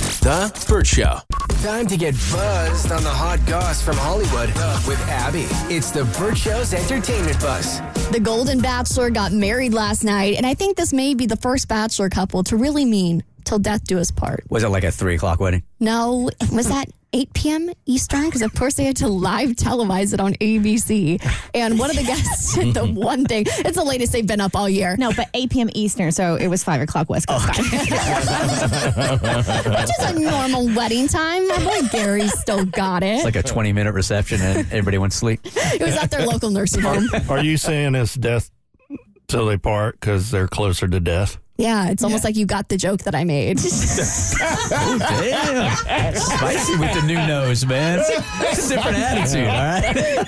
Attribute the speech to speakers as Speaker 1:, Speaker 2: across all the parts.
Speaker 1: The Burt Show. Time to get buzzed on the hot goss from Hollywood with Abby. It's the Burt Show's entertainment buzz.
Speaker 2: The Golden Bachelor got married last night, and I think this may be the first Bachelor couple to really mean till death do us part.
Speaker 3: Was it like a three o'clock wedding?
Speaker 2: No, was that 8 p.m. Eastern? Because of course they had to live televise it on ABC. And one of the guests did the one thing. It's the latest they've been up all year.
Speaker 4: No, but 8 p.m. Eastern, so it was 5 o'clock West Coast time.
Speaker 2: Which is a normal wedding time. My boy Gary still got it.
Speaker 3: It's like a 20 minute reception and everybody went to sleep.
Speaker 2: it was at their local nursing home.
Speaker 5: Are you saying it's death till they part because they're closer to death?
Speaker 2: Yeah, it's almost like you got the joke that I made.
Speaker 3: Damn. Spicy with the new nose, man. It's a, it's a different attitude, all right?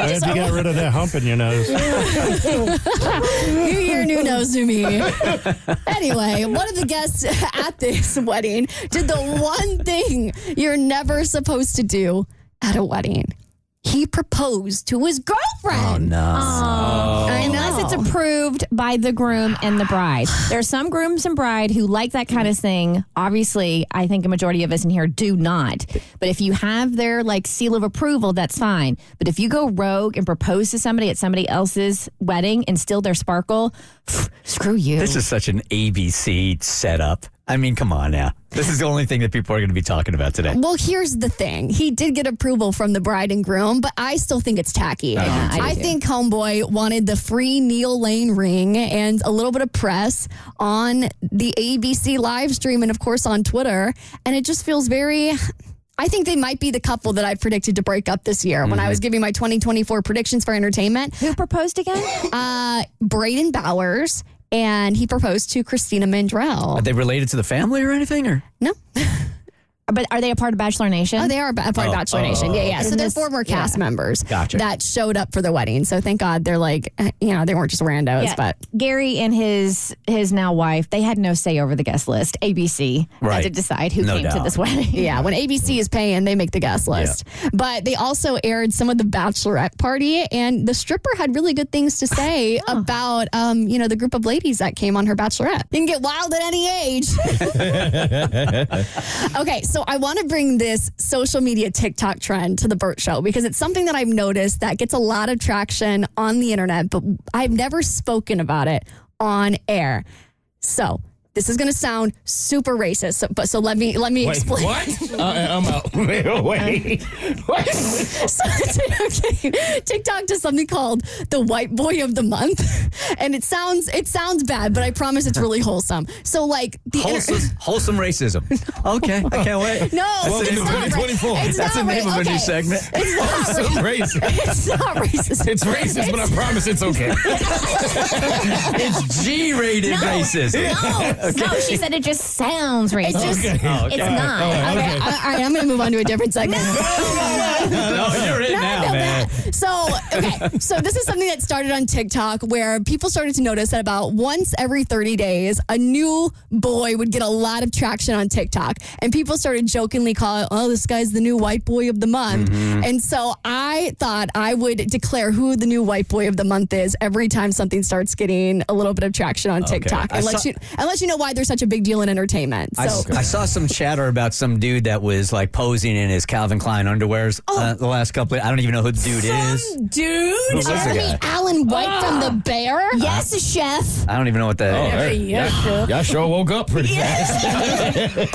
Speaker 5: I hope you got rid of that hump in your nose.
Speaker 2: new year, new nose, new me. anyway, one of the guests at this wedding did the one thing you're never supposed to do at a wedding. He proposed to his girlfriend.
Speaker 4: Unless it's approved by the groom and the bride. There are some grooms and bride who like that kind of thing. Obviously, I think a majority of us in here do not. But if you have their like seal of approval, that's fine. But if you go rogue and propose to somebody at somebody else's wedding and steal their sparkle, screw you.
Speaker 3: This is such an ABC setup. I mean, come on now. This is the only thing that people are going to be talking about today.
Speaker 2: Well, here's the thing. He did get approval from the bride and groom, but I still think it's tacky.
Speaker 4: Yeah, I do
Speaker 2: I
Speaker 4: too.
Speaker 2: think Homeboy wanted the free Neil Lane ring and a little bit of press on the ABC live stream and, of course, on Twitter. And it just feels very. I think they might be the couple that I predicted to break up this year when
Speaker 4: Mm-hmm.
Speaker 2: I was giving my 2024 predictions for entertainment.
Speaker 4: who proposed again?
Speaker 2: Uh, Braden Bowers, and he proposed to Christina Mandrell.
Speaker 3: Are they related to the family or anything? Or
Speaker 2: no?
Speaker 4: but are they a part of Bachelor Nation?
Speaker 2: Oh, they are a part of Bachelor Nation. Yeah, yeah. So
Speaker 4: And
Speaker 2: they're
Speaker 4: this-
Speaker 2: former cast members
Speaker 3: Gotcha.
Speaker 2: that showed up for the wedding. So thank God they're like, eh, you know, they weren't just randos,
Speaker 4: Yeah,
Speaker 2: but
Speaker 4: Gary and his his now wife, they had no say over the guest list. ABC had
Speaker 3: Right.
Speaker 4: to decide who
Speaker 3: No
Speaker 4: came to
Speaker 3: doubt.
Speaker 4: this wedding.
Speaker 2: yeah, when ABC is paying, they make the guest list. But they also aired some of the bachelorette party, and the stripper had really good things to say about, um, you know, the group of ladies that came on her bachelorette. You can get wild at any age. Okay, so I want to bring this social media TikTok trend to the Burt Show because it's something that I've noticed that gets a lot of traction on the internet, but I've never spoken about it on air. So this is going to sound super racist, so, but so let me let me explain.
Speaker 5: what?
Speaker 3: Uh,
Speaker 5: I, I'm out. Wait.
Speaker 2: So, okay, TikTok does something called the white boy of the month, and it sounds it sounds bad, but I promise it's really wholesome. So like the inter-
Speaker 3: wholesome, wholesome racism. Okay, I can't wait.
Speaker 2: No, it's
Speaker 3: That's the name of
Speaker 2: not
Speaker 3: a new-
Speaker 2: ra- It's
Speaker 3: That's the
Speaker 2: not
Speaker 3: name
Speaker 2: ra-
Speaker 3: of a
Speaker 2: okay.
Speaker 3: new segment.
Speaker 2: It's not ra-
Speaker 5: racist.
Speaker 2: It's not racist.
Speaker 5: It's racist, but I promise it's okay.
Speaker 3: It's G-rated racism.
Speaker 4: No, no, she said it just sounds racist.
Speaker 2: just- Okay.
Speaker 3: Oh, okay.
Speaker 4: It's not. Uh,
Speaker 2: Okay, all right, I'm going to move on to a different segment.
Speaker 3: No, you're in
Speaker 2: I
Speaker 3: now,
Speaker 2: feel
Speaker 3: man.
Speaker 2: bad. So, okay. So, this is something that started on TikTok where people started to notice that about once every 30 days, a new boy would get a lot of traction on TikTok. And people started jokingly calling, oh, this guy's the new white boy of the month.
Speaker 3: Mm-hmm.
Speaker 2: And so, I thought I would declare who the new white boy of the month is every time something starts getting a little bit of traction on TikTok.
Speaker 3: I
Speaker 2: Unless,
Speaker 3: saw-
Speaker 2: you, unless you know why they're such a big deal in entertainment. So,
Speaker 3: I, I saw some chatter about some dude that was like posing in his Calvin Klein underwears uh, the last couple. I don't even know who the dude is.
Speaker 2: dude,
Speaker 3: was the
Speaker 2: Jeremy
Speaker 3: guy?
Speaker 2: Allen White from The
Speaker 3: Ah.
Speaker 2: Bear.
Speaker 4: Yes, chef.
Speaker 3: I don't even know what that.
Speaker 5: Y'all sure woke up pretty fast.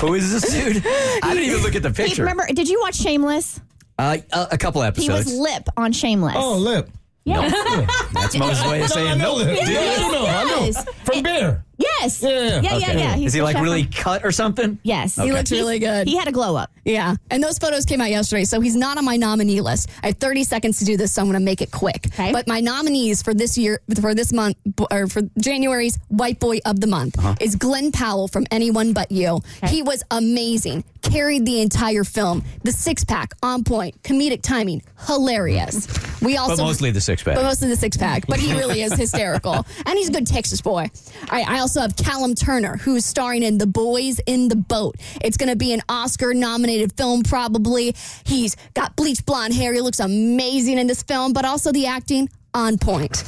Speaker 3: Who is this dude? I didn't even look at the picture.
Speaker 4: Remember, did you watch Shameless?
Speaker 3: Uh, a, a couple
Speaker 4: He was
Speaker 3: episodes.
Speaker 4: lip on Shameless.
Speaker 5: lip.
Speaker 3: That's Moses' way of saying no.
Speaker 5: lip.
Speaker 4: Yeah, I know, I know. Yes.
Speaker 5: From beer.
Speaker 4: Yes.
Speaker 5: Yeah, yeah, yeah.
Speaker 4: yeah, yeah.
Speaker 3: Okay.
Speaker 4: yeah. He's
Speaker 3: Is he
Speaker 4: the
Speaker 3: like
Speaker 4: chef
Speaker 3: really
Speaker 4: on-
Speaker 3: cut or something?
Speaker 4: Yes.
Speaker 2: He looks really good.
Speaker 4: He had a glow up.
Speaker 2: Yeah. And those photos came out yesterday. So he's not on my nominee list. I have 30 seconds to do this, so I'm going to make it quick.
Speaker 4: Okay.
Speaker 2: But my nominees for this year, for this month, or for January's White Boy of the Month is Glenn Powell from Anyone But You. He was amazing, carried the entire film. The six pack, on point, comedic timing, hilarious. We also.
Speaker 3: But mostly the six
Speaker 2: But
Speaker 3: pack.
Speaker 2: mostly the six pack. But he really is hysterical. And he's a good Texas boy. All right, I also have Callum Turner, who's starring in The Boys in the Boat. It's going to be an Oscar nominated film, probably. He's got bleach blonde hair. He looks amazing in this film, but also the acting on point.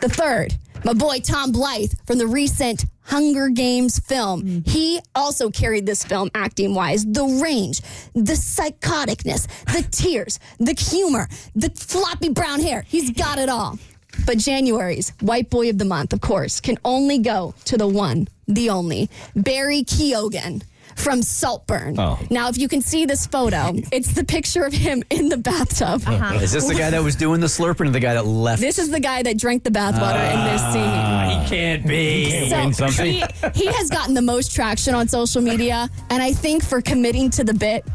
Speaker 2: The third, my boy Tom Blythe from the recent Hunger Games film. He also carried this film acting wise. The range, the psychoticness, the tears, the humor, the floppy brown hair. He's got it all. But January's White Boy of the Month, of course, can only go to the one, the only, Barry Keoghan from Saltburn.
Speaker 3: Oh.
Speaker 2: Now, if you can see this photo, it's the picture of him in the bathtub.
Speaker 3: Is this the guy that was doing the slurping or the guy that left?
Speaker 2: This is the guy that drank the bathwater in this scene.
Speaker 3: he can't be.
Speaker 2: He, he has gotten the most traction on social media, and I think for committing to the bit,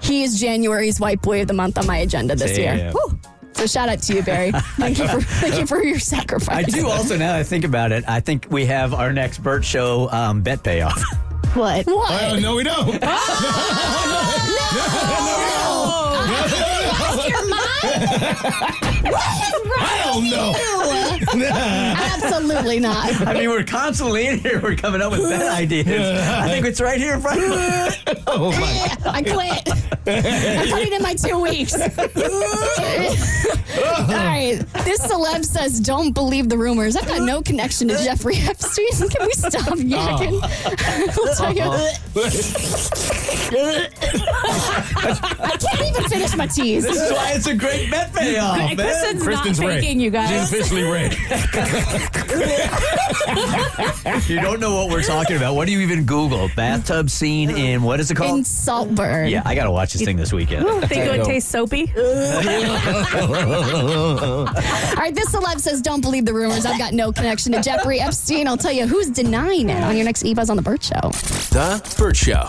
Speaker 2: he is January's White Boy of the Month on my agenda this year.
Speaker 3: Damn.
Speaker 2: Whew. So shout out to you, Barry. Thank you for thank you for your sacrifice.
Speaker 3: I do also now that I think about it, I think we have our next Burt Show um, bet payoff.
Speaker 2: What?
Speaker 4: What?
Speaker 3: Oh,
Speaker 6: Uh, no, we don't.
Speaker 2: I don't know. Absolutely not.
Speaker 3: I mean, we're constantly in here. We're coming up with bet ideas. I think it's right here in front of us.
Speaker 2: I quit. I put it in my two weeks. All right. This celeb says, don't believe the rumors. I've got no connection to Jeffrey Epstein. Can we stop yakking?
Speaker 3: Oh.
Speaker 2: I'll tell you.
Speaker 3: Uh-huh.
Speaker 2: I can't even finish my teas.
Speaker 3: This is why it's a great bet payoff. Man.
Speaker 4: Kristen's
Speaker 6: Kristen's
Speaker 4: not
Speaker 6: right.
Speaker 4: faking you guys.
Speaker 6: officially rigged.
Speaker 3: You don't know what we're talking about. What do you even Google? Bathtub scene in what is it called?
Speaker 2: In Saltburn.
Speaker 3: Oh. yeah, I gotta watch this thing this weekend.
Speaker 7: Think it would taste soapy?
Speaker 2: All right, this celeb says, don't believe the rumors. I've got no connection to Jeffrey Epstein. I'll tell you who's denying it on your next E-Buzz on the Burt Show.
Speaker 1: The Burt Show.